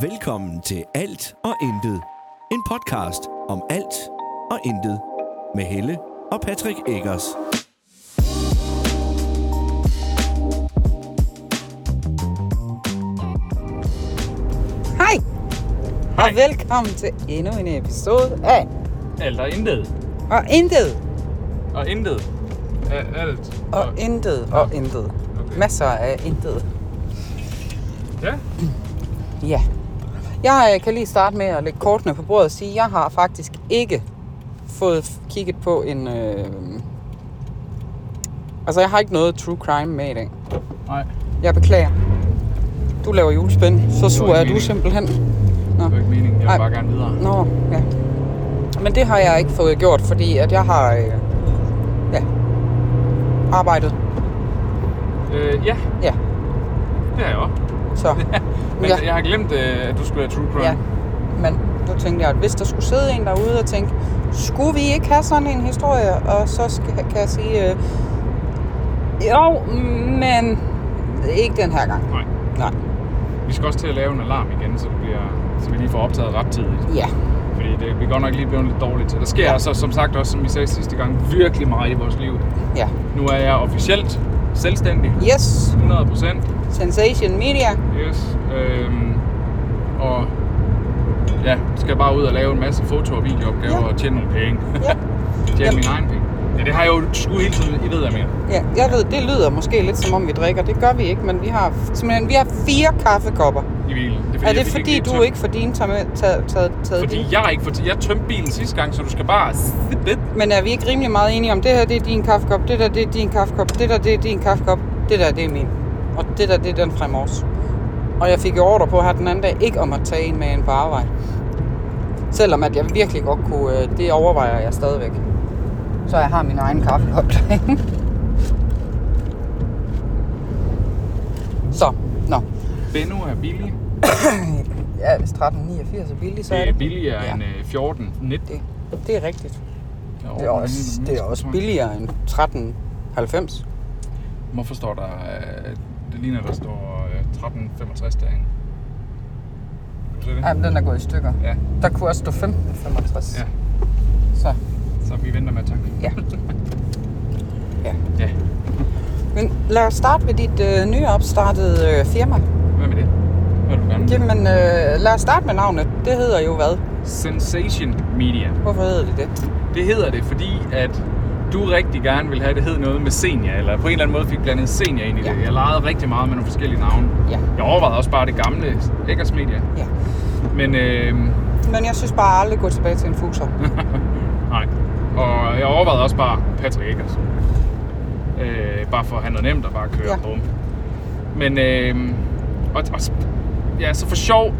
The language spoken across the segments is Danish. Velkommen til Alt og Intet. En podcast om alt og intet. Med Helle og Patrick Eggers. Hej, og velkommen til endnu en episode af Alt og intet. Og Intet, Og intet. Ja, alt. og Intet, og Intet. Masser af Intet. Ja, Ja. Jeg øh, kan lige starte med at lægge kortene på bordet og sige, at jeg har faktisk ikke fået f- kigget på en... Øh... Altså, jeg har ikke noget true crime med i dag. Nej. Jeg beklager. Du laver julespænd. Så sur ikke er du meningen. simpelthen. det var ikke meningen. Jeg Nej. vil bare gerne videre. Nå, ja. Men det har jeg ikke fået gjort, fordi at jeg har øh, ja, arbejdet. Øh, ja, Ja, det har jeg også. så. Men Ja. ja. jeg har glemt, øh, at du skulle have True Crime. ja. Men nu tænkte jeg, at hvis der skulle sidde en derude og tænke, skulle vi ikke have sådan en historie? Og så skal, kan jeg sige, øh, jo, men ikke den her gang. Nej. Nej. Vi skal også til at lave en alarm igen, så, det bliver, så vi lige får optaget ret tidligt. Ja, Fordi det, vi er godt nok lige blevet lidt dårligt til. Der sker Ja. ja. altså, som sagt også, som vi sagde sidste gang, virkelig meget i vores liv. ja. Nu er jeg officielt selvstændig. Yes, 100 procent. Sensation Media. Yes. Øhm, og ja, skal bare ud og lave en masse foto- og videoopgaver Ja. og tjene nogle penge. Ja. tjene Jamen. mine egne penge. Ja, det har jeg jo skudt hele tiden, I ved, jeg mener. Ja, jeg ved, det lyder måske lidt som om vi drikker. Det gør vi ikke, men vi har simpelthen vi har fire kaffekopper. i bilen. Det Er jeg det fik fordi, lige du tømt- ikke får dine taget, taget, taget, taget Fordi din? jeg har ikke fået... Jeg tømte bilen sidste gang, så du skal bare... Lidt. Men er vi ikke rimelig meget enige om, det her det er din kaffekop, det der det er din kaffekop, det der det er din kaffekop, det der det er min. Og det der det er den fra i morges. Og jeg fik jo ordre på her den anden dag ikke om at tage en med en på arbejde. Selvom at jeg virkelig godt kunne, øh, det overvejer jeg stadigvæk. Så jeg har min egen kaffekop derinde. Så, nå. Benno er billig. Ja, hvis 13,89 er billig, så er Det er det. billigere Ja. ja. end øh, 14, 19. Det, det er rigtigt. over Det er den også, anden det er mindste, også tror jeg. billigere end 13,90. Hvorfor står der... øh, Det ligner, der står øh, 13,65 derinde. Kan du se det? Jamen, den er gået i stykker. Ja. Der kunne også stå 15,65. Ja. Så, Så vi venter med at tanke. ja. ja. Ja. Men lad os starte med dit øh, nye opstartede øh, firma. Hvad med det? Hvad vil du gerne? Jamen, øh, lad os starte med navnet. Det hedder jo hvad? Sensation Media. Hvorfor hedder det det? Det hedder det, fordi at du rigtig gerne vil have, at det hed noget med senior, eller på en eller anden måde fik blandet senior ind i det. Ja. Jeg legede rigtig meget med nogle forskellige navne. Ja. Jeg overvejede også bare det gamle Eggers Media, ja. men øh, Men jeg synes bare aldrig gå tilbage til en fuser. Hm. nej. Og jeg overvejede også bare Patrick Eggers. Øh, bare for at have noget nemt og bare køre Ja. ja. bum. Men øh, og, og, ja, så for sjov,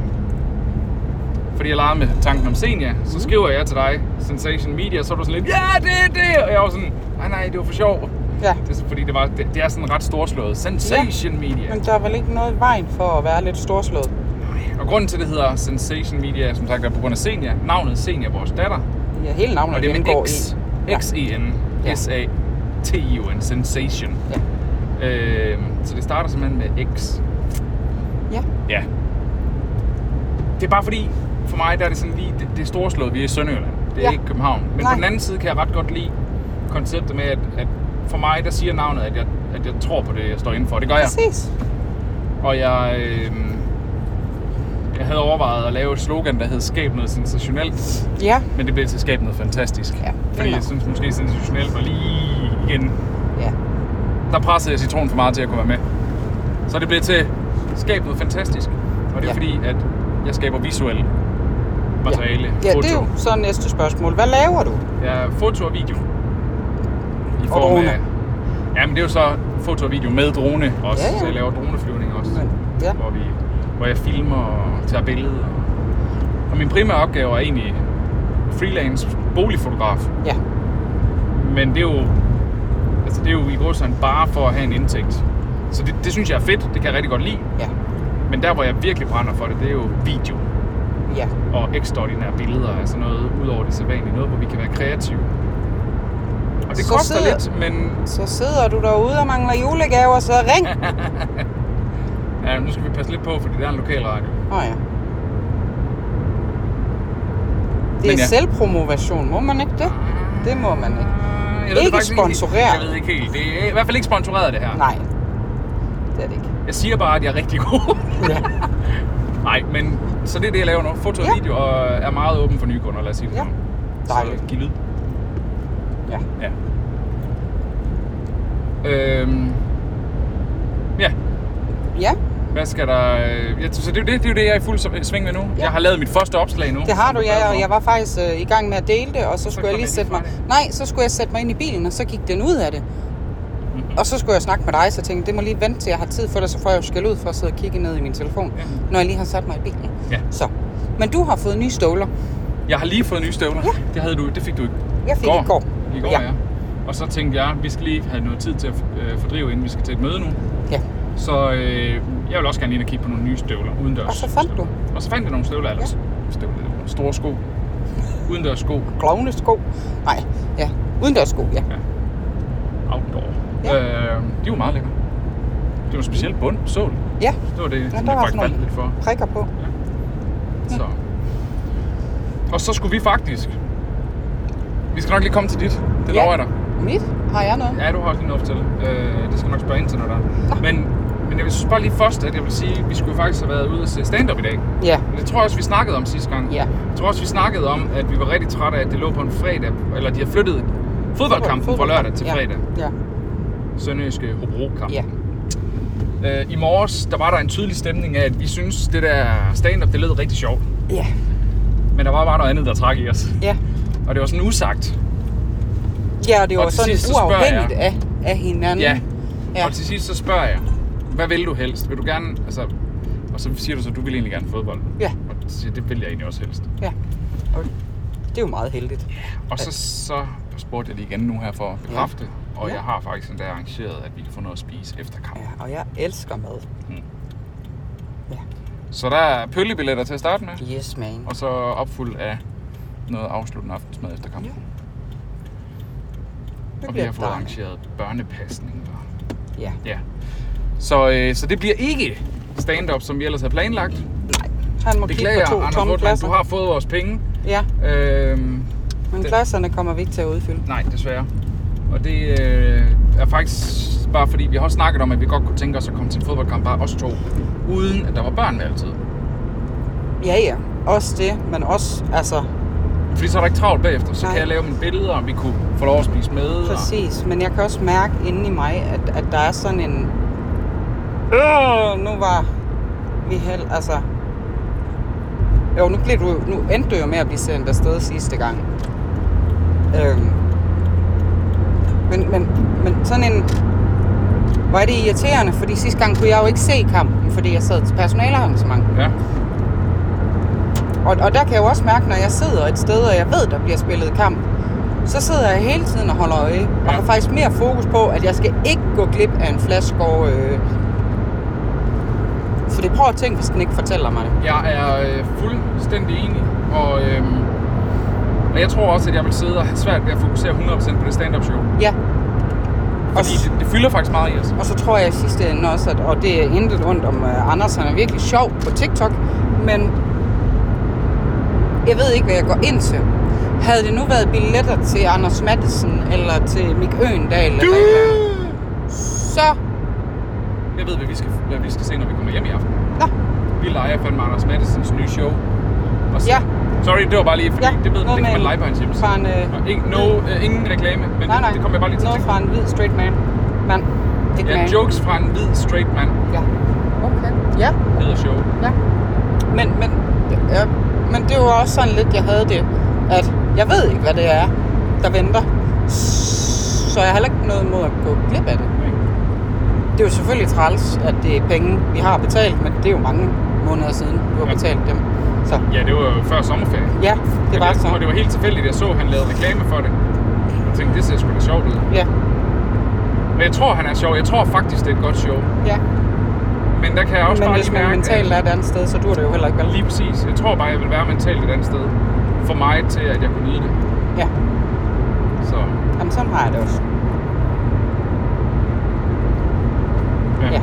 fordi jeg legede med tanken om senior, Mhm. så skriver jeg til dig, Sensation Media, så er du sådan lidt, ja, det er det! Og jeg var sådan, nej, nej, det var for sjov. Ja. Det, er fordi det, var, det, det er sådan ret storslået. Sensation Media. Men der er vel ikke noget i vejen for at være lidt storslået? Og grunden til, det hedder Sensation Media, som sagt, er på grund af Senior. Navnet Senior, vores datter. Ja, hele navnet Og det er indgår med X. E i. Ja. X-E-N-S-A-T-I-O-N. Sensation. Ja. Øh, så det starter simpelthen med X. ja. Ja. Det er bare fordi, for mig der er det sådan lige, det, det er storslået, vi er i Sønderjylland. Det er Ja. ja. ikke København. Men Nej. Nej. på den anden side kan jeg ret godt lide konceptet med, at, at for mig, der siger navnet, at jeg, at jeg tror på det, jeg står indenfor. Det gør jeg. Præcis. Og jeg, øh, jeg havde overvejet at lave et slogan, der hed Skab noget sensationelt, Ja. men det blev til Skab noget fantastisk. Ja, fordi fair jeg nok. synes måske sensationelt var lige igen. Ja. Der pressede jeg citronen for meget til at kunne være med. Så det blev til Skab noget fantastisk. Og det er Ja. ja. fordi, at jeg skaber visuelle materiale. Ja, foto. det er jo så næste spørgsmål. Hvad laver du? Ja, foto og video. I Og drone. Jamen, det er jo så foto og video med drone også, Ja, ja. så jeg laver droneflyvning også. Men- ja. Hvor, vi, hvor jeg filmer og tager billeder. Og min primære opgave er egentlig freelance boligfotograf. Ja. Men det er jo, altså det er jo i går sådan bare for at have en indtægt. Så det, det synes jeg er fedt, det kan jeg rigtig godt lide. Ja. Men der, hvor jeg virkelig brænder for det, det er jo video Ja. og ekstraordinære billeder, altså noget ud over det sædvanlige, noget hvor vi kan være kreative. Og det Så så koster sidder- lidt, men Så sidder du derude og mangler julegaver, så ring! ja, nu skal vi passe lidt på, fordi det er en lokal radio. Åh oh, ja. Det er Men ja. selvpromovation, må man ikke det? Det må man ikke. Jeg Ikke faktisk sponsoreret. Jeg ved ikke helt. Det er i hvert fald ikke sponsoreret, det her. Nej, det er det ikke. Jeg siger bare, at jeg er rigtig god. Nej, men så det er det, jeg laver nu. Foto og Ja. video, og er meget åben for nye kunder, lad os sige det Ja. sådan. Dejligt. Så giv lyd. Ja. Ja. Øhm, ja, ja, hvad skal der... øh, Ja, så det er, jo det, det er jo det, jeg er i fuld som- sving med nu. Ja. Jeg har lavet mit første opslag nu. det har som du, er glad ja, og for. jeg var faktisk øh, i gang med at dele det, og så skulle kom jeg lige jeg lige sætte mig... fra det. Nej, så skulle jeg sætte mig ind i bilen, og så gik den ud af det. Mhm. Og så skulle jeg snakke med dig, så jeg tænkte, det må lige vente til jeg har tid for det, så får jeg jo skæld ud for at sidde og kigge ned i min telefon, Ja. når jeg lige har sat mig i bilen. Ja. Så. Men du har fået nye støvler. Jeg har lige fået nye støvler. Ja. Det, havde du, det fik du i Jeg fik i går. I går, ja. Ja. ja. Og så tænkte jeg, at vi skal lige have noget tid til at øh, fordrive, inden vi skal til et møde nu. Ja. Så øh, jeg vil også gerne ind og kigge på nogle nye støvler, udendørs. Og så fandt du? Og så fandt jeg nogle støvler ellers. Ja. Støvler, nogle store sko. Udendørs sko. Klovne sko. Nej, ja. Udendørs sko, ja. Outdoor. Ja. Øh, de var meget lækre. Det var en speciel bund, sål. Ja, Det var det, ja, der som var sådan jeg faktisk nogle- valgte lidt for. prikker på. Så. Og så skulle vi faktisk... Vi skal nok lige komme til dit. Det Ja. lover jeg dig. Mit? Har jeg noget? Ja, du har også lige noget til. Øh, det skal jeg nok spørge ind til, når der er. Men, men jeg vil synes bare lige først, at jeg vil sige, at vi skulle faktisk have været ude og se stand-up i dag. Ja. Men det tror jeg også, vi snakkede om sidste gang. Ja. Jeg tror også, vi snakkede om, at vi var rigtig trætte af, at det lå på en fredag. Eller de har flyttet fodboldkampen fra lørdag til ja. fredag. Ja. Sønderjyske Hobro-kamp. Ja. Øh, I morges, der var der en tydelig stemning af, at vi synes det der stand-up, det lød rigtig sjovt. Ja. Men der var bare noget andet, der trak i os. Ja. Og det var sådan usagt. Mm. Ja, og det Og var til sådan sidst, så spørger uafhængigt af, af hinanden. Ja. Ja. Ja. Og til sidst så spørger jeg, hvad vil du helst? Vil du gerne, altså, og så siger du så, du vil egentlig gerne fodbold. Ja. Og så siger jeg, det vil jeg egentlig også helst. ja. Og det er jo meget heldigt. Og så, så spurgte jeg lige igen nu her for at bekræfte, ja. og Ja. jeg har faktisk endda arrangeret, at vi kan få noget at spise efter kampen. Ja, Ja. og jeg elsker mad. Mm. Så der er pøllebilletter til at starte med, Yes, man. og så opfuldt af noget afsluttende aftensmad efter kampen. Ja, Det og vi bliver har fået dejligt. arrangeret børnepasning. Og, Ja. ja. Så, øh, så det bliver ikke stand-up, som vi ellers havde planlagt. Han må kigge Beklager, på to Anders tomme Rotman, pladser. du har fået vores penge. Ja, Øhm, men Den- pladserne kommer vi ikke til at udfylde. Nej, desværre. Og det øh, er faktisk bare fordi, vi har også snakket om, at vi godt kunne tænke os at komme til en fodboldkamp, bare os to, uden at der var børn med altid. Ja, ja. Også det, men også, altså, Fordi så er der ikke travlt bagefter, så Nej. Nej. kan jeg lave mine billeder, og vi kunne få lov at spise med. præcis. Men jeg kan også mærke inde i mig, at, at der er sådan en... Øh, nu var vi held, altså... Jo, nu, blev du, nu endte du jo med at blive sendt afsted sidste gang. Øhm. Men, men, men sådan en... Hvor er det irriterende, fordi sidste gang kunne jeg jo ikke se kampen, fordi jeg sad til personalearrangement. Og, ja. Og, og der kan jeg jo også mærke, når jeg sidder et sted, og jeg ved, der bliver spillet kamp, så sidder jeg hele tiden og holder øje, og Ja. har faktisk mere fokus på, at jeg skal ikke gå glip af en flaskegård. Øh. For det prøver at tænke, hvis den ikke fortæller mig det. Jeg er øh, fuldstændig enig, og, øhm, og jeg tror også, at jeg vil sidde og have svært ved at fokusere 100% på det stand-up show. Ja. Og, Fordi s- det, det fylder faktisk meget i os. og så tror jeg i sidste ende også, at, og det er intet ondt om uh, Anders, han er virkelig sjov på TikTok, men jeg ved ikke, hvad jeg går ind til. Havde det nu været billetter til Anders Mattesen eller til Mik Øendal, eller, eller, så Jeg ved, hvad vi, skal, hvad vi skal se, når vi kommer hjem i aften. Nå, Vi leger fandme Anders Mattesens nye show. Og så, Ja. Sorry, det var bare lige, fordi Ja, ja, det ved noget det kan med man lege på en- hans hjemmeside. fra en, øh, Og ingen, no, øh, ingen reklame, men nej, det- nej. det kommer jeg bare lige til at Noget tænke. fra en hvid straight man. Mand. Ikke Ja, man. jokes fra en hvid straight man Ja. Okay. Ja, hedder show. ja. Men, men, ja, men det var også sådan lidt, jeg havde det, at jeg ved ikke, hvad det er, der venter. Så jeg har heller ikke noget mod at gå glip af det. Det er jo selvfølgelig træls, at det er penge, vi har betalt, men det er jo mange måneder siden, du har Ja. betalt dem. Så Ja, det var jo før sommerferien. ja, det Men var jeg tror, så. det var helt tilfældigt, jeg så, at han lavede reklame for det. Jeg tænkte, det ser sgu da sjovt ud. Ja, Men jeg tror, han er sjov. Jeg tror faktisk, det er et godt show. ja. Men der kan jeg også Men bare hvis lige man mærke, mentalt er et andet sted, så dur det jo heller ikke, at vel? lige præcis. Jeg tror bare, jeg vil være mentalt et andet sted. For mig til, at jeg kunne lide det. Ja. Så, Jamen, sådan har jeg det også. ja. Ja.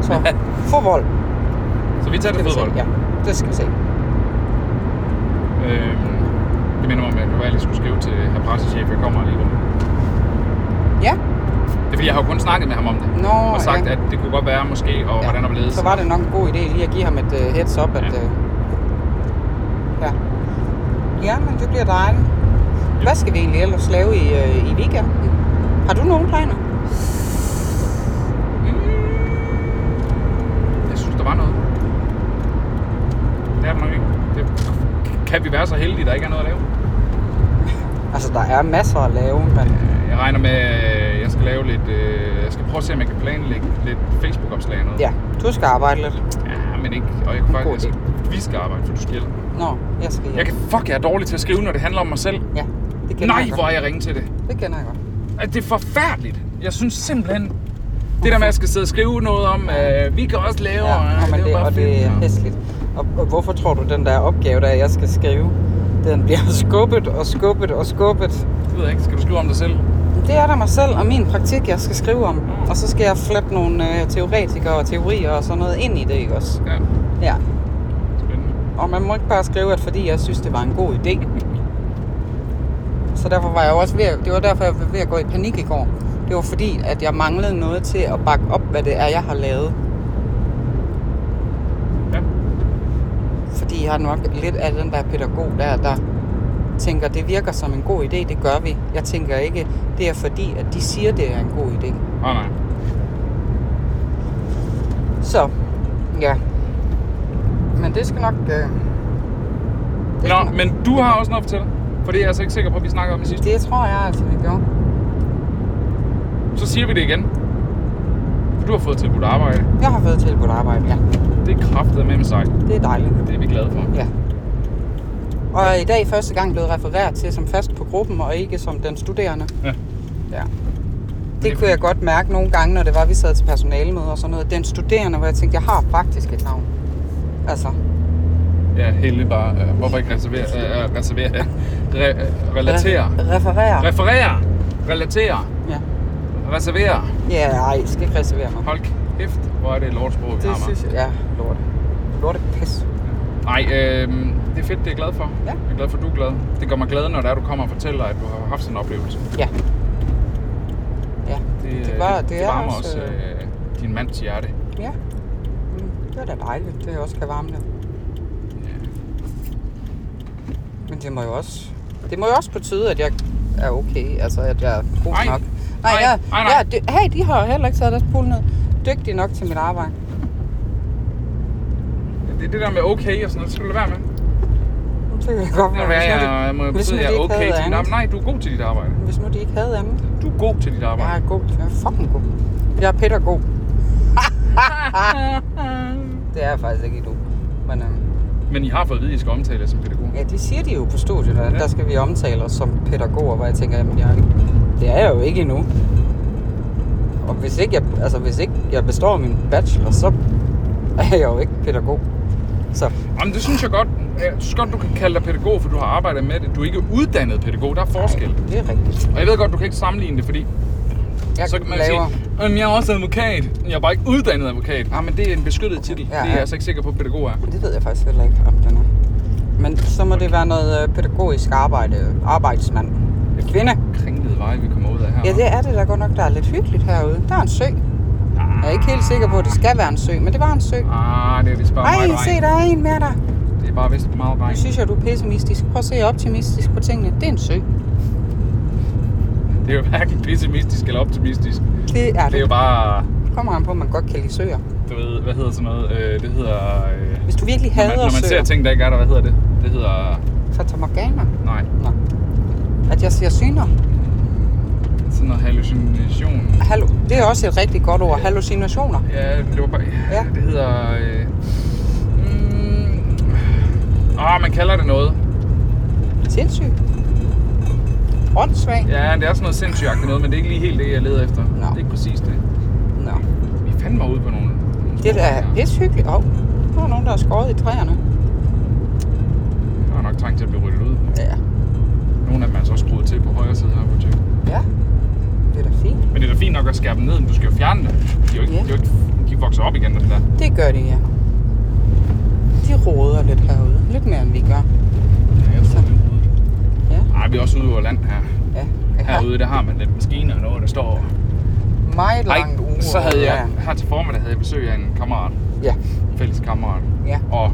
Så fodbold. Så vi tager Skal til vi se. fodbold. Ja, det skal vi se. Øhm, Det minder mig om, at jeg lige skulle skrive til herr pressechef, jeg kommer alligevel. Ja. Det er fordi, jeg har jo kun snakket med ham om det. Nå, og sagt, ja. at det kunne godt være måske, og ja. hvordan der blev Så var det nok en god idé lige at give ham et uh, heads up, at... Ja. Uh, ja. ja, men det bliver dejligt. Hvad skal vi egentlig ellers lave i, uh, i weekenden? Har du nogen planer? Jeg synes, der var noget. Det er der nok ikke. Det kan vi være så heldige, der ikke er noget at lave. Altså, der er masser at lave, men... Jeg regner med, at jeg skal lave lidt... Øh, jeg skal prøve at se, om jeg kan planlægge lidt Facebook-opslag og noget. Ja, du skal arbejde lidt. ja men ikke. Og jeg kan God faktisk... Vi skal arbejde, for du skal hjælpe. Nå, jeg skal hjem. Jeg kan... Fuck, jeg er dårlig til at skrive, når det handler om mig selv. Ja, det kender Nej, jeg hvor er godt. jeg ringe til det. Det kender jeg godt. At det er forfærdeligt. Jeg synes simpelthen... Det der med, at jeg skal sidde og skrive noget om, øh, vi kan også lave... Ja, øh, og, men er det, bare og fedt, det er og- hæsligt. Og, og hvorfor tror du, den der opgave, der jeg skal skrive, den bliver skubbet og skubbet og skubbet? Det ved jeg ikke. Skal du skrive om dig selv? Det er der mig selv og min praktik, jeg skal skrive om. Og så skal jeg flette nogle øh, teoretikere og teorier og sådan noget ind i det, ikke også? Ja. Ja. Spændende. Og man må ikke bare skrive, at fordi jeg synes, det var en god idé. Så derfor var jeg jo også ved at, det var derfor, jeg var ved at gå i panik i går. Det var fordi, at jeg manglede noget til at bakke op, hvad det er, jeg har lavet. Ja. Fordi jeg er nok lidt af den der pædagog der, der tænker, det virker som en god idé, det gør vi. Jeg tænker ikke, det er fordi, at de siger, det er en god idé. Åh, nej. Så, ja. Men det skal nok... Øh, det skal Nå, men du har også noget at fortælle. For det er jeg altså ikke sikker på, at vi snakker om i sidste. Det tror jeg altså, vi gjorde. Så siger vi det igen. For du har fået tilbudt arbejde. Jeg har fået tilbudt arbejde, ja. Det er kraftet med sejt. Det er dejligt. Det er vi glade for. Ja. Og er i dag første gang blevet refereret til som fast på gruppen, og ikke som den studerende. Ja. ja. Det er Det kunne jeg godt mærke nogle gange, når det var, vi sad til personalemøder og sådan noget. Den studerende, hvor jeg tænkte, jeg har faktisk et navn. Altså, Ja, Helle bare. Øh, hvorfor ikke reservere? Øh, øh, reservere? Re, øh, relatere. re- referere. Referere. Relatere. ja. Reservere. ja, nej, jeg skal ikke reservere mig. Hold kæft, hvor er det et lortsprog, vi har, mand. jeg. Ja, lort. Lort pis. Nej, øh, det er fedt, det er jeg glad for. Ja. Jeg er glad for, at du er glad. Det gør mig glad, når det er, du kommer og fortæller, at du har haft sådan en oplevelse. Ja. Ja, Det, det, øh, var, det, det er altså- varmer også... også øh, din mands hjerte. Ja. Mm, Det er da dejligt, det også kan varme det. Men det må jo også, det må jo også betyde, at jeg er okay, altså at jeg er god Nej. nok. Nej, jeg, nej, nej. Jeg, er dy- hey, de har jo heller ikke taget deres pool ned. Dygtig nok til mit arbejde. Det er det der med okay og sådan noget, det skal du lade være med. Det kan jeg godt Det kan være, hvis være, nu de- jeg må jo hvis nu betyde, at de jeg er ikke okay havde til dit arbejde. andet. Nej, du er god til dit arbejde. Hvis nu de ikke havde andet. Du er god til dit Jeg arbejde. er god. Jeg er fucking god. Jeg er pædagog. det er jeg faktisk ikke endnu. Men øhm, Men I har fået at vide, at I skal omtale jer som pædagog. Ja, det siger de jo på studiet, at Ja. der skal vi omtale os som pædagoger, hvor jeg tænker, jamen, jeg, det er jeg jo ikke endnu. Og hvis ikke, jeg, altså, hvis ikke jeg består min bachelor, så er jeg jo ikke pædagog. Så Jamen, det synes jeg godt. Jeg synes godt, du kan kalde dig pædagog, for du har arbejdet med det. Du er ikke uddannet pædagog. Der er forskel. Ej, det er rigtigt. Og jeg ved godt, du kan ikke sammenligne det, fordi Jeg så kan man laver... sige, "Jamen, jeg er også advokat. Jeg er bare ikke uddannet advokat. Ah, men det er en beskyttet titel. Ja, det er ja. jeg altså ikke sikker på, at pædagog er. Det ved jeg faktisk heller ikke, om den er. Men så må det være noget øh, pædagogisk arbejde, arbejdsmand. Kvinde. Kringlede veje, vi kommer ud af her. Ja, det er det da godt nok, der er lidt hyggeligt herude. Der er en sø. Jeg er ikke helt sikker på, at det skal være en sø, men det var en sø. Ah, det er vist bare Ej, meget se, regn. der er en mere der. Det er bare vist meget regn. Nu synes jeg, du er pessimistisk. Prøv at se optimistisk på tingene. Det er en sø. Det er jo hverken pessimistisk eller optimistisk. Det er Det er jo det. bare, kommer an på, at man godt kan lide søer. du ved, hvad hedder sådan noget? Øh, det hedder... Øh, Hvis du virkelig når man, når hader man ser søer, ting, der ikke er der, hvad hedder det? Det hedder... Fata Morgana. Nej, Nå. At jeg siger syner. sådan noget hallucination. Hallo. Det er også et rigtig godt ord. Hallucinationer. Ja, det var bare... Ja. Ja. Det hedder... Øh, mm, ah, man kalder det noget. Sindssyg. Åndssvag. Ja, det er sådan noget sindssygt noget, men det er ikke lige helt det, jeg leder efter. Nå. Det er ikke præcis det. Nå. Vi fandt mig ude på nogle... nogle Det spor er da her. pishyggeligt. Åh, oh, der er nogen, der er skåret i træerne. Jeg har nok trængt til at blive ryddet ud. Ja. Nogle af dem er altså også skruet til på højre side her på tjek. Ja. Det er da fint. Men det er da fint nok at skære dem ned, men du skal jo fjerne dem. De, er jo ikke, Ja. de, er jo ikke, de vokser op igen, dem der. Det gør de, ja. De roder lidt herude. Lidt mere, end vi gør. Ja, jeg tror, det er hovedet. er vi også ude over land her. Ja, okay. Herude, der har man lidt maskiner og noget, der står... Meget Ej, langt uge. så havde jeg... Her til formiddag havde jeg besøg af en kammerat. Ja, En fælles kammerat. ja, Og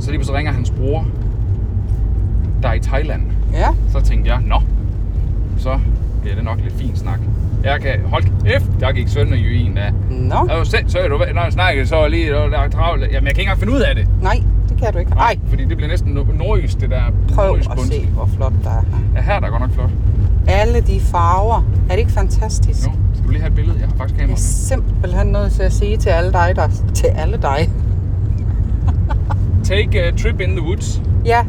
så lige pludselig ringer hans bror, der er i Thailand. ja. Så tænkte jeg, nå, så bliver det nok lidt fin snak. Jeg kan... Hold kæft, der gik Sønderjyden af. Nå, Jeg var selv, så er du ved- når jeg snakkede, så var jeg lige der var travlt. Jamen, jeg kan ikke engang finde ud af det. nej, det kan du ikke. Nej, Fordi det bliver næsten no- nordjysk, det der prøv nordjysk at bunds. se, hvor flot der er her. Ja, her er der godt nok flot. Alle de farver. Er det ikke fantastisk? Jo, skal du lige have et billede? Jeg har faktisk Jeg er kameraet simpelthen nødt til at sige til alle dig, der... Til alle dig. med. Take a trip in the woods. Ja,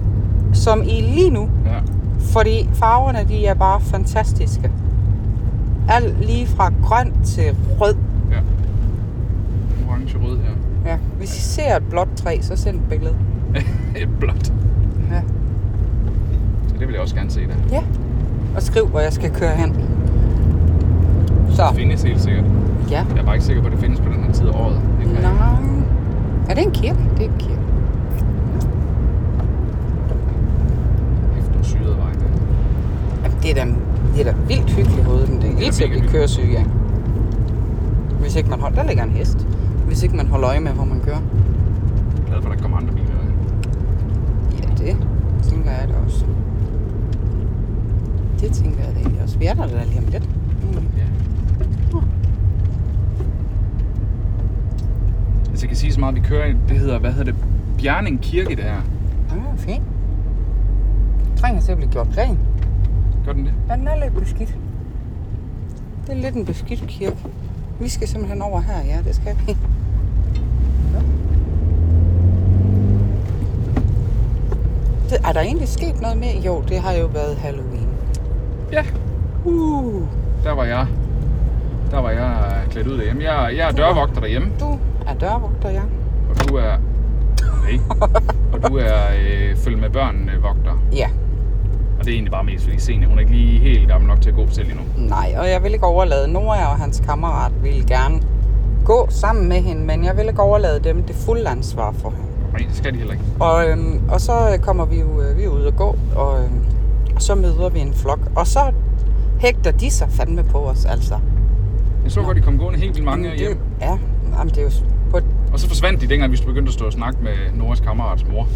som I lige nu. Ja. Fordi farverne, de er bare fantastiske. Alt lige fra grøn til rød. ja. Orange rød her. Ja. Hvis I ser et blåt træ, så send et billede. Et blåt. Ja. Så det vil jeg også gerne se der. ja. Og skriv, hvor jeg skal køre hen. Det Så, findes helt sikkert. ja. Jeg er bare ikke sikker på, at det findes på den her tid af året. Det kan jeg. Nej. Er det en kirke? Det er en kirke. Kæft, den syrede vej der. Jamen, det er da, det er da vildt hyggeligt hovedet, men det er lige til at mega blive køresyge Hvis ikke man holder, der ligger en hest. Hvis ikke man holder øje med, hvor man kører. Jeg er glad for, at der kommer andre biler. Ja, det tænker jeg da også. Det tænker jeg da egentlig også. Vi er der da lige om lidt. Mm. Ja. Altså, jeg kan sige så meget, at vi kører i, det hedder, hvad hedder det, Bjerning Kirke, det her. Ah, fint. Jeg trænger til at blive gjort ren. Gør den det? Ja, Den er lidt beskidt. Det er lidt en beskidt kirke. Vi skal simpelthen over her, ja, det skal vi. Ja. Det, er der egentlig sket noget mere? Jo, det har jo været Halloween. Ja. Uh, Der var jeg. Der var jeg øh, klædt ud derhjemme. Jeg, jeg er dørvogter derhjemme, du er dørvogter, ja. og du er... Nej. Og du er øh, følge med børnene vogter. Ja, Og det er egentlig bare mest fordi Sene, hun er ikke lige helt gammel nok til at gå selv endnu. nej, og jeg vil ikke overlade. Nora og hans kammerat ville gerne gå sammen med hende, men jeg vil ikke overlade dem det fulde ansvar for hende. Nej, det skal de heller ikke. Og, øhm, og så øh, kommer vi jo øh, vi er ude og gå, og øhm, og så møder vi en flok. Og så hægter de sig fandme på os, altså. Jeg så godt, de kom gående helt vildt mange det, hjem. Ja, jamen, det er jo s- på... Og så forsvandt de, dengang vi begyndte at stå og snakke med Noras kammerats mor.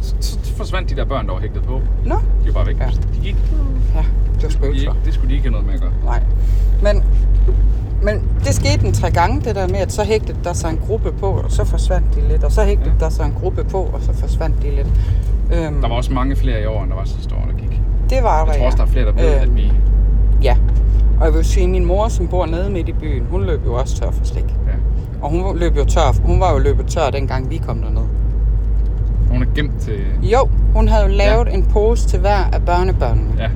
Så, så forsvandt de der børn, der var hægtet på. Nå, De var bare væk. Ja. De gik. ja, det var De, spøgelser. ikke- det skulle de ikke have noget med at gøre. Nej. Men, men det skete en tre gange, det der med, at så hægtede der sig en gruppe på, og så forsvandt de lidt, og så hægtede ja. Ja. der sig en gruppe på, og så forsvandt de lidt. Øhm, Der var også mange flere i år, end der var sidste år, der gik. det var Jeg tror også, der er flere, der ved, at vi... Ja, og jeg vil sige, min mor, som bor nede midt i byen, hun løb jo også tør for slik. Ja. Og hun løb jo tør. Hun var jo løbet tør, dengang vi kom derned. Hun er gemt til... Jo, hun havde jo lavet ja. en pose til hver af børnebørnene. Ja,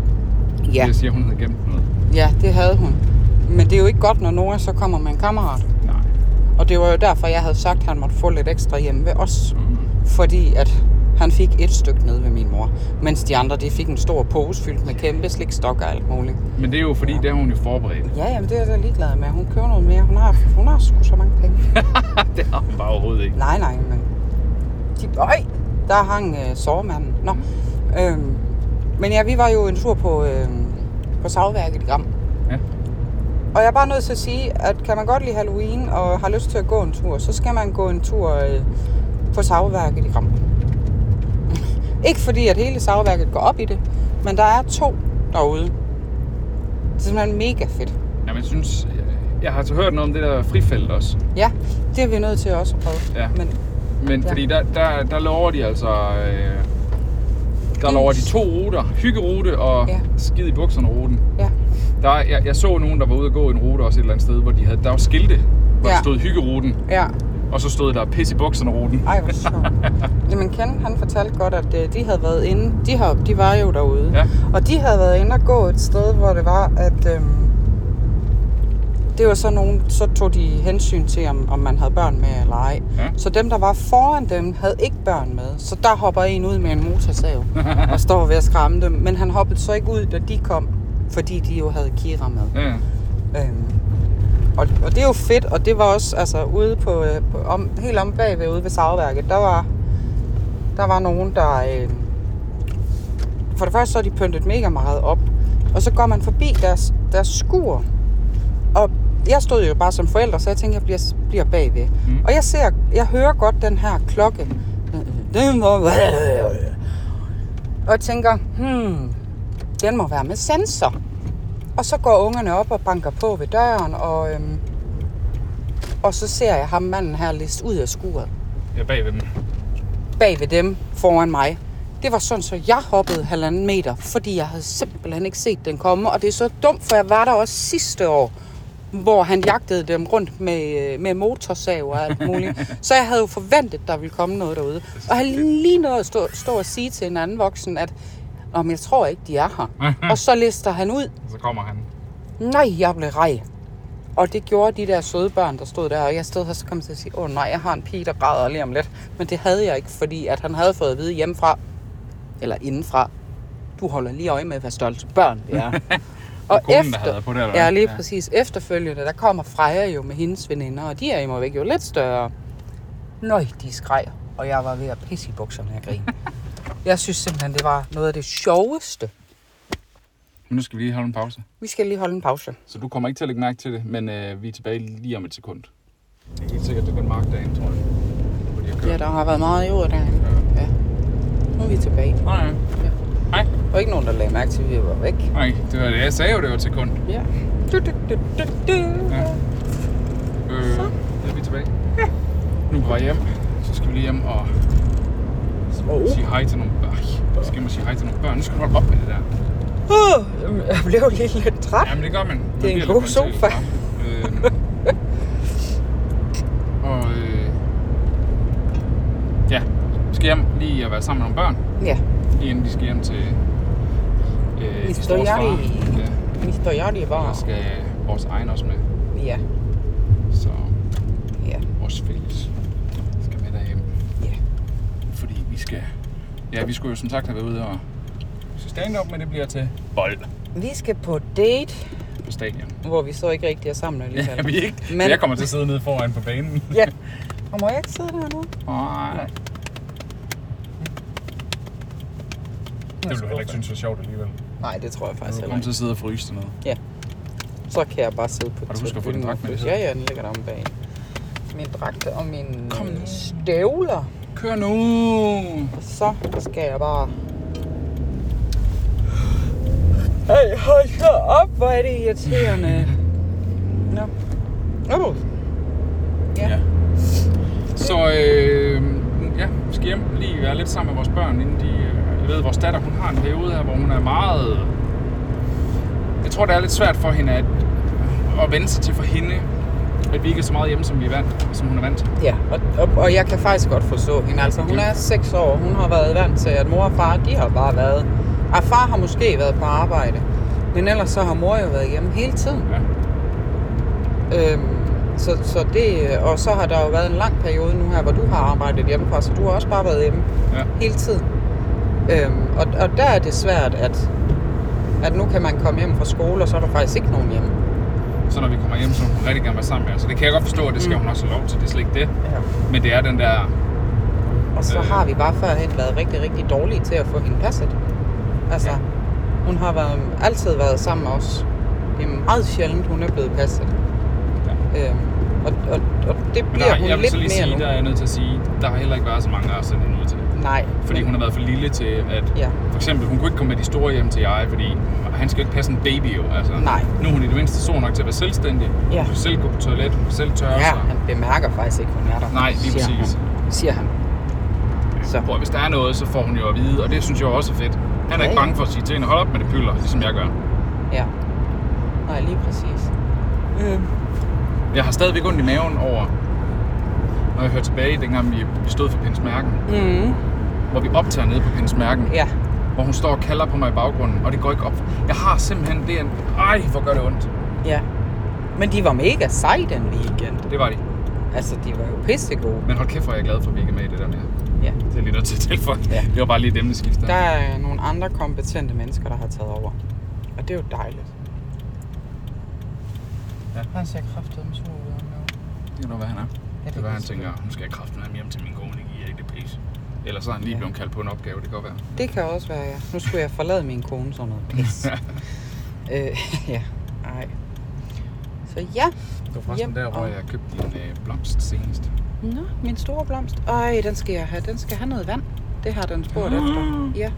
ja. jeg siger, hun havde gemt noget. ja, det havde hun. Men det er jo ikke godt, når Nora så kommer med en kammerat. Nej. Og det var jo derfor, jeg havde sagt, at han måtte få lidt ekstra hjemme ved os. Mm. Fordi at han fik et stykke ned ved min mor. Mens de andre, de fik en stor pose fyldt med kæmpe slikstokker og alt muligt. Men det er jo fordi, ja. der er hun jo forberedt. Ja, jamen det er jeg da ligeglad med. Hun køber noget mere. Hun har, hun har sgu så mange penge. det har hun bare overhovedet ikke. Nej, nej, men... De, øj, der hang øh, sårmanden. Nå. Øhm, men ja, vi var jo en tur på, øh, på savværket i Gram. Ja. Og jeg er bare nødt til at sige, at kan man godt lide Halloween og har lyst til at gå en tur, så skal man gå en tur øh, på savværket i Gram. Ikke fordi, at hele savværket går op i det, men der er to derude. Det er simpelthen mega fedt. Jamen, jeg synes... Jeg har så hørt noget om det der frifelt også. Ja, det er vi nødt til også at prøve. Ja. Men Men Ja. ja. fordi der, der, der lover de altså... Øh, der Mm. lover de to ruter. Hyggerute og Ja. ja. skid i bukserne-ruten. ja, Der, jeg, jeg så nogen, der var ude at gå en rute også et eller andet sted, hvor de havde, der var skilte, hvor Ja. ja. der stod hyggeruten, ja. og så stod der pis i bukserne-ruten. Ej, hvor sjovt. Jamen Ken, han fortalte godt, at øh, de havde været inde. De, har, de var jo derude. Ja. Og de havde været inde og gå et sted, hvor det var, at... Øhm, det var så nogen, så tog de hensyn til, om, om man havde børn med eller ej. Ja. Så dem, der var foran dem, havde ikke børn med. Så der hopper en ud med en motorsav og står ved at skræmme dem. Men han hoppede så ikke ud, da de kom, fordi de jo havde Kira med. Ja. Øhm, og, og det er jo fedt, og det var også altså, ude på, øh, på om, helt om bagved ude ved savværket, der var, der var nogen, der øh, øhm, for det første så er de pyntet mega meget op, og så går man forbi deres, deres skur. Og jeg stod jo bare som forælder, så jeg tænkte, jeg bliver, bliver bagved. Mm. Og jeg ser, jeg hører godt den her klokke. Den må... Og jeg tænker, hmm, den må være med sensor. Og så går ungerne op og banker på ved døren, og, øhm, og så ser jeg ham manden her liste ud af skuret Jeg er bagved dem. bag ved dem foran mig. Det var sådan, så jeg hoppede halvanden meter, fordi jeg havde simpelthen ikke set den komme. Og det er så dumt, for jeg var der også sidste år, hvor han jagtede dem rundt med, øh, med motorsav og alt muligt. Så jeg havde jo forventet, der ville komme noget derude. Og han lige nåede at stå, stå og sige til en anden voksen, at Om, jeg tror ikke, de er her. og så lister han ud. Og så kommer han. Nej, jeg blev rej. Og det gjorde de der søde børn, der stod der, og jeg stod her, så kom jeg til at sige, åh nej, jeg har en pige, der græder lige om lidt. Men det havde jeg ikke, fordi at han havde fået at vide hjemmefra, eller indenfra, du holder lige øje med, hvad størrelse børn det er. og konen, der havde på det, eller hvad? ja, lige Ja. præcis. Efterfølgende, der kommer Freja jo med hendes veninder, og de er imod væk jo lidt større. Nøj, de skreg, og jeg var ved at pisse i bukserne af grin. jeg synes simpelthen, det var noget af det sjoveste. Men nu skal vi lige holde en pause. Vi skal lige holde en pause. Så du kommer ikke til at lægge mærke til det, men øh, vi er tilbage lige om et sekund. Det er helt sikkert, det er kun markdagen, tror jeg. Fordi jeg kører. Ja, der har været meget jord derinde. Ja. Nu er vi tilbage. Nå ja. Ja. Hej. Der var ikke nogen, der lagde mærke til, at vi var væk. Nej, det var det. Jeg sagde jo, det var et sekund. Ja. Du, du, du, du, du. Ja. Øh, ja, vi er tilbage. Nu er vi på vej hjem. Så skal vi lige hjem og Og- sige hej til nogle børn. Ej, skal man sige hej til nogle børn? Nu skal du holde op med det der. Åh, Jeg blev lige lidt træt. Jamen det gør man. Man Det er en bliver god lidt orienteret, sofa. hva'? Øhm, og øh, ja, vi skal hjem lige at være sammen med nogle børn, Ja. lige inden de skal hjem til øh, de Mr. store far. Jari. Ja, Vi står jo lige og bare. skal vores egen også med, Ja. så Ja. vores fælles skal med derhjem. Ja. Fordi vi skal, ja vi skulle jo som sagt have været ude og se stand-up, men det bliver til bold Vi skal på date, på stadion. hvor vi så ikke rigtig er sammen alligevel. Ja, vi er ikke, Men- men... jeg kommer til at sidde nede foran på banen. Ja. Og må jeg ikke sidde dernede? Nej. Det ville du heller ikke synes var sjovt alligevel. Du Altså, Nej, det tror jeg faktisk heller kommer til ikke. at sidde og fryse dernede. Så kan jeg bare sidde på Har du husket at få tribunen din og dragt med fryse. dig? Ja, ja, den ligger der om bag. Min dragt og mine Kom nu. øh, støvler. Kør nu! Og så skal jeg bare... Hey, hold så op, hvor er det irriterende. Nå. No. Oh. Ja. Så øh, ja, vi skal hjem lige være lidt sammen med vores børn, inden de... øh, Jeg ved, vores datter, hun har en periode her, hvor hun er meget... Jeg tror, det er lidt svært for hende at, at vende sig til for hende, at vi ikke er så meget hjemme, som, vi er vant, som hun er vant til. Ja, og, og, og jeg kan faktisk godt forstå hende. Altså, hun er 6 år, hun har været vant til, at mor og far, de har bare været... Ah, far har måske været på arbejde, men ellers så har mor jo været hjemme hele tiden. Ja. Øhm, så, så det, og så har der jo været en lang periode nu her, hvor du har arbejdet hjemmefra, så du har også bare været hjemme Ja. hele tiden. Øhm, og, og der er det svært, at, at nu kan man komme hjem fra skole, og så er der faktisk ikke nogen hjemme. Så når vi kommer hjem, så vil hun rigtig gerne være sammen med os. Så det kan jeg godt forstå, at det Mm. skal hun også have lov til. Det er slet ikke det. Ja. Men det er den der Og så Øh. har vi bare førhen været rigtig, rigtig dårlige til at få hende passet. Altså, hun har været, altid været sammen med os. Det er meget sjældent, hun er blevet passet. Øhm, og, og, og det Men bliver der, hun jeg vil lidt så lige mere sige, nu. der er jeg nødt til at sige, der har heller ikke været så mange af os sendt hende ud til. Nej. Fordi men- hun har været for lille til, at Ja. for eksempel, hun kunne ikke komme med de store hjem til jeg, fordi han skal jo ikke passe en baby jo. Altså, Nej. Nu er hun i det mindste stor nok til at være selvstændig. Ja. Hun kan selv gå på toilet, hun kan selv tørre Ja, sig. han bemærker faktisk ikke, hun er der. Nej, lige siger præcis. Han, siger han. Så. Hvor hvis der er noget, så får hun jo at vide, og det synes jeg også er fedt. Han er Ja, ikke ja. bange for at sige til hende, hold op med det pyller, ligesom jeg gør. Ja. Nej, lige præcis. Øh. Jeg har stadigvæk ondt i maven over, når jeg hører tilbage, dengang vi vi stod for Pinsmærken, Mm. hvor vi optager nede på Pinsmærken. Ja. hvor hun står og kalder på mig i baggrunden, og det går ikke op. Jeg har simpelthen det, en- ej, hvor gør det ondt. Ja. Men de var mega seje den weekend. Det var de. Altså, de var jo pissegode. Men hold kæft, hvor er jeg glad for, at vi ikke er med i det der mere. Ja. Det er lige nødt til at tale for. Ja. Ja. Det var bare lige dem, der skiftede. Der er nogle andre kompetente mennesker, der har taget over. Og det er jo dejligt. Ja. Han ser kraftet med sur ud. Det er noget, hvad han er. det det er, hvad kan han selvfølgelig. tænker, nu skal jeg kraften ham hjem til min kone, det giver ikke det pis. Eller så er han lige blevet kaldt på en opgave, det kan godt være. Det kan også være, ja. Nu skulle jeg forlade min kone sådan noget pis. øh, ja, ej. Så ja. Det var faktisk Hjem yep. der, hvor og- jeg købte din øh, blomst senest. Nå, min store blomst. Ej, den skal jeg have. Den skal have noget vand. Det har den spurgt Ah. efter. Ja.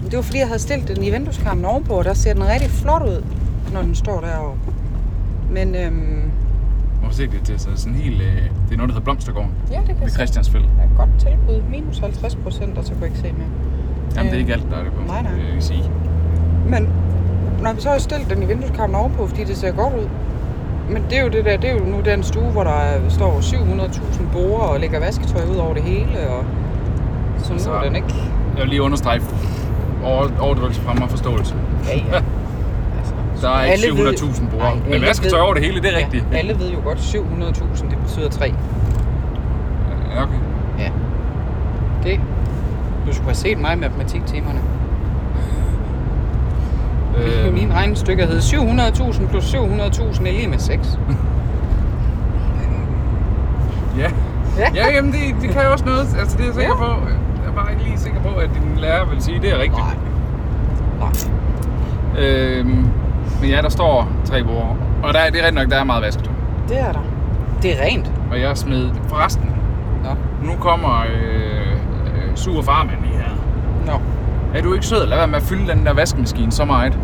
Men Det var fordi, jeg havde stillet den i vindueskarmen ovenpå, og der ser den rigtig flot ud, når den står derovre. Men øhm, Hvorfor se det til? Så det er sådan helt... Øh, det er noget, der hedder Blomstergården ja, det kan ved jeg se. Christiansfeld. Der er et godt tilbud. Minus 50 procent, og så kunne jeg ikke se mere. Jamen, det er Øh, ikke alt, der er det på. nej, nej. vil Jeg kan sige. Øh, Men når vi så har stillet den i vindueskarmen ovenpå, fordi det ser godt ud. Men det er jo det der, det er jo nu den stue, hvor der er- står 700.000 borer og lægger vasketøj ud over det hele. Og så nu Så- er den ikke... Jeg vil lige understrege over, overdrivelse fremme og forståelse. Ja, ja. Altså, Der er alle ikke ved- 700.000 Nej, brugere. Men alle vasketøj ved- over det hele, det er rigtigt. Ja, alle ved jo godt, 700.000, det betyder 3. Ja, okay. Ja. Det. Du skulle have set mig i matematiktimerne. Øh. Min regnestykke hed 700.000 plus 700.000 er lige med 6. Øh, Ja. Ja, jamen det, det kan jo også noget. Altså det er jeg sikker på. Jeg er bare ikke lige sikker på, at din lærer vil sige, det er rigtigt. Nej. Nej. Øhm, men ja, der står tre borde. Og der, er- det er rigtigt nok, der er meget vasketøj. Det er der. Det er rent. Og jeg smed forresten. Nå. Nu kommer øh, øh, sur farmand lige her. Nå. Er du ikke sød? Lad være med at fylde den der vaskemaskine så meget.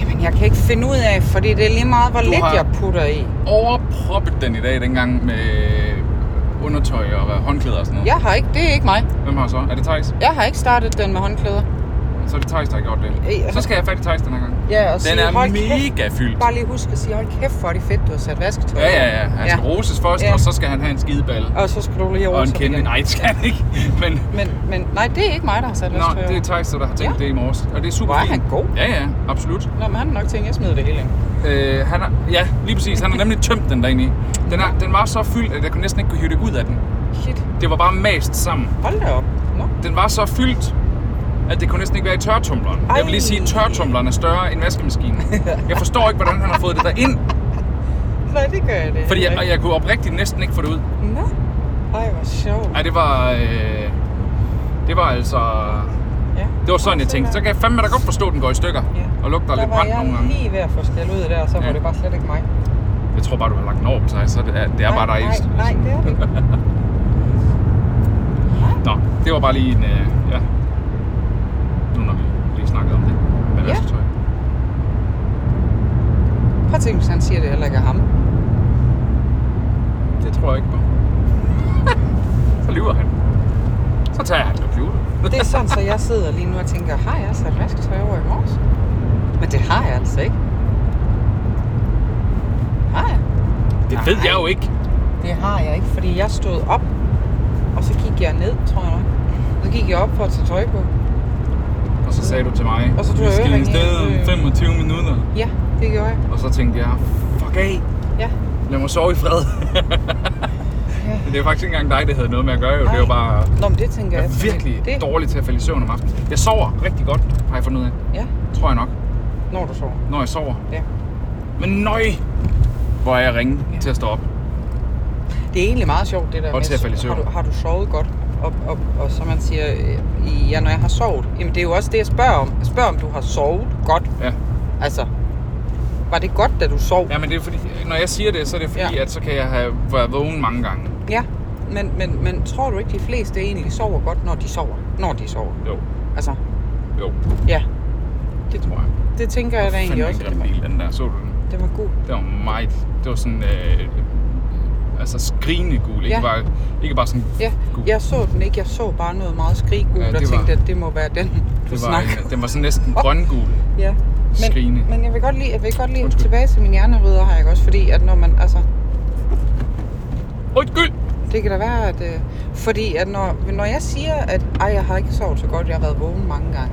Jamen, jeg kan ikke finde ud af, fordi det er lige meget, hvor Du lidt har- jeg putter i. Overproppet den i dag dengang med undertøj og håndklæder og sådan noget. Jeg har ikke, det er ikke mig. Hvem har så? Er det Thijs? Jeg har ikke startet den med håndklæder. Så er det Thijs, der har gjort det. Ja. Så skal jeg have fat i Thijs den her gang. Ja, og Den sige, er altså. hold kæft. mega fyldt. Bare lige husk at sige, hold kæft, hvor er det fedt, du har sat vasketøj. Ja, ja, over. ja. Han skal roses først, Ja. og så skal han have en skideballe. Og så skal du lige over Og en kende. Nej, det skal han ikke. Men Men, men nej, det er ikke mig, der har sat nå, vasketøj. det er Thijs, der har tænkt Ja. det i morges. Og det er super Hvor er fint. han god. Ja, ja, absolut. Nå, men han har nok tænkt, at jeg smider det hele ind. Øh, han har, ja, lige præcis. Han har nemlig tømt den derinde i. Den, er, den var så fyldt, at jeg kunne næsten ikke kunne hive det ud af den. Shit, Det var bare mast sammen. hold da op. Nå. Den var så fyldt, at det kunne næsten ikke være i tørretumbleren. Jeg vil lige sige, at tørretumbleren er større end vaskemaskinen. Jeg forstår ikke, hvordan han har fået det derind. Nej, det gør jeg det. Fordi jeg, heller og ikke. jeg kunne oprigtigt næsten ikke få det ud. Nå. Ej, hvor sjovt. Ej, det var... Øh, det var altså... Ja. Det var sådan, jeg tænkte. Så kan jeg fandme da godt forstå, at den går i stykker. Ja. Og lugter der lidt var brændt nogle jeg gange. lige ved at få skæld ud der, og så var Ja. det bare slet ikke mig. Jeg tror bare, du har lagt den over på sig, så det er, det er nej, bare dig. nej, ikke? nej, det er det. ikke. Nå, det var bare lige en... Øh, ja. Nu når vi lige snakkede om det. Med Ja. vasketøj. Prøv at tænke, hvis han siger det heller ikke af ham. Det tror jeg ikke på. så lyver han. Så tager jeg hans computer. Det er sådan, så jeg sidder lige nu og tænker, har jeg sat vasketøj over i morges? Men det har jeg altså ikke. Har jeg? Det ved Nej. jeg jo ikke. Det har jeg ikke, fordi jeg stod op, og så gik jeg ned, tror jeg nok. Og så gik jeg op for at tage tøj på. Og så sagde du til mig, Og så tog vi jeg skal øreringen i sted af, øh. om 25 minutter. Ja, det gjorde jeg. Og så tænkte jeg, fuck af. Ja. Lad mig sove i fred. Ja. Men det er faktisk ikke engang dig, det havde noget med at gøre. Jo. Det Ej. var bare Nå, men det tænker jeg jeg. er virkelig det, dårlig til at falde i søvn om aftenen. Jeg sover rigtig godt, har jeg fundet ud af. Ja, Tror jeg nok, når du sover. når jeg sover. Ja. Men nøj, hvor er jeg ringe Ja. ja. til at stå op. Det er egentlig meget sjovt, det der Og til at falde i søvn. har, du, har du sovet godt? Og, og, og så man siger, øh, i- ja, når jeg har sovet. Jamen, det er jo også det, jeg spørger om. Jeg spørger, om du har sovet godt. Ja. Altså, var det godt, da du sov? ja, men det er fordi, når jeg siger det, så er det fordi, Ja. ja. at så kan jeg have været vågen mange gange. ja. Men, men, men tror du ikke, de fleste egentlig sover godt, når de sover? Når de sover. Jo, Altså, jo, ja. det tror jeg. Det tænker jeg da egentlig også. at den Det var, bil, den der. Så du den? det var god. Det var meget. Det var sådan, øh, altså skrigende gul. Ikke, Ja. bare, ikke bare sådan Ja, gul. jeg så den ikke. Jeg så bare noget meget skriggult Ja, ja, og det var- tænkte, at det må være den, du det var, snakker en, den var sådan næsten grøngul. Ja. Skrigende. Men jeg vil godt lige, jeg vil godt lige Undskyld. tilbage til min hjernerydder her, ikke også? Fordi at når man, altså, Undskyld! det kan da være, at... Øh, fordi at når, når jeg siger, at ej, jeg har ikke sovet så godt, jeg har været vågen mange gange,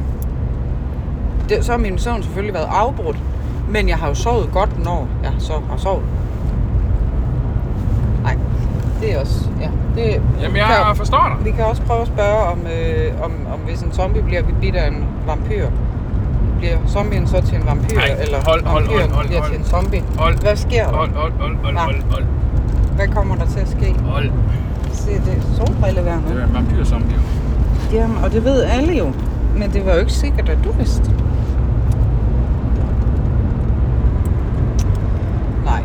det, så har min søvn selvfølgelig været afbrudt, men jeg har jo sovet godt, når jeg så har sovet. Nej, det er også... Ja, det, Jamen, vi jeg kan, forstår dig. vi kan også prøve at spørge, om, øh, om, om hvis en zombie bliver bidt af en vampyr, bliver zombien så til en vampyr, Ej, eller hold, hold, vampyren hold, hold, bliver hold. til en zombie? Hold, Hvad sker der? hold, hold, hold, hold, Nej. hold, hold, Hvad kommer der til at ske? hold. se, det er solbrillevær nu. Det er en vampyr som det er jo. Jamen, og det ved alle jo. Men det var jo ikke sikkert, at du vidste. Nej.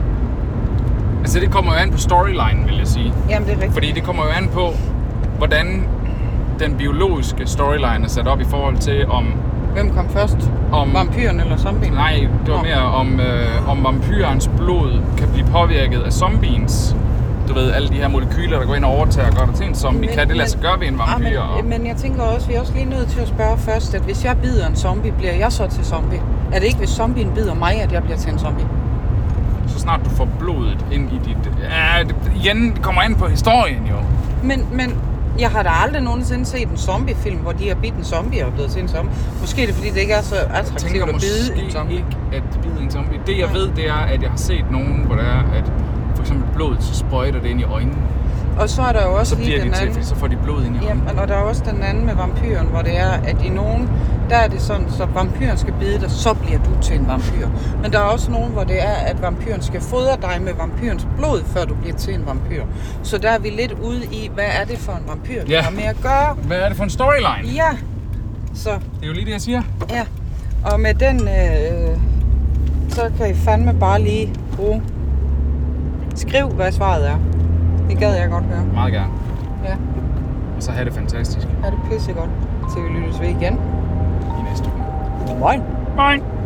Altså det kommer jo an på storyline, vil jeg sige. Jamen, det er rigtigt. Fordi det kommer jo an på, hvordan den biologiske storyline er sat op i forhold til om... Hvem kom først? Om- Vampyren eller zombien? Nej, det var Nå. mere om, øh, om vampyrens blod kan blive påvirket af zombiens. Du ved, alle de her molekyler, der går ind og overtager og gør dig til en zombie. kan det lade sig gøre ved en vampyr? Ah, men, men jeg tænker også, vi er også lige nødt til at spørge først, at hvis jeg bider en zombie, bliver jeg så til zombie? Er det ikke, hvis zombien bider mig, at jeg bliver til en zombie? Så snart du får blodet ind i dit... Ja, det, igen, det kommer an på historien jo. Men, men jeg har da aldrig nogensinde set en zombiefilm, hvor de har bidt en zombie og er blevet til en zombie. Måske er det, fordi det ikke er så Jeg attraktivt tænker at måske bide en zombie. ikke, at bide en zombie. Det jeg ved, det er, at jeg har set nogen, hvor det er, at for eksempel blodet, så sprøjter det ind i øjnene. Og så er der jo Og også så lige bliver de den til, fordi anden. så får de blod ind i øjnene. Jamen, og der er også den anden med vampyren, hvor det er, at i nogen, der er det sådan, så vampyren skal bide dig, så bliver du til en vampyr. Men der er også nogen, hvor det er, at vampyren skal fodre dig med vampyrens blod, før du bliver til en vampyr. Så der er vi lidt ude i, hvad er det for en vampyr, vi Ja. har med at gøre? Hvad er det for en storyline? Ja, så Det er jo lige det, jeg siger. ja. Og med den, øh, så kan I fandme bare lige bruge. Skriv, hvad svaret er. Det gad jeg godt høre. Meget gerne. Ja, Og så have det fantastisk er det pissegodt. Så vi lyttes ved igen. i næste uge. Moin. Bye.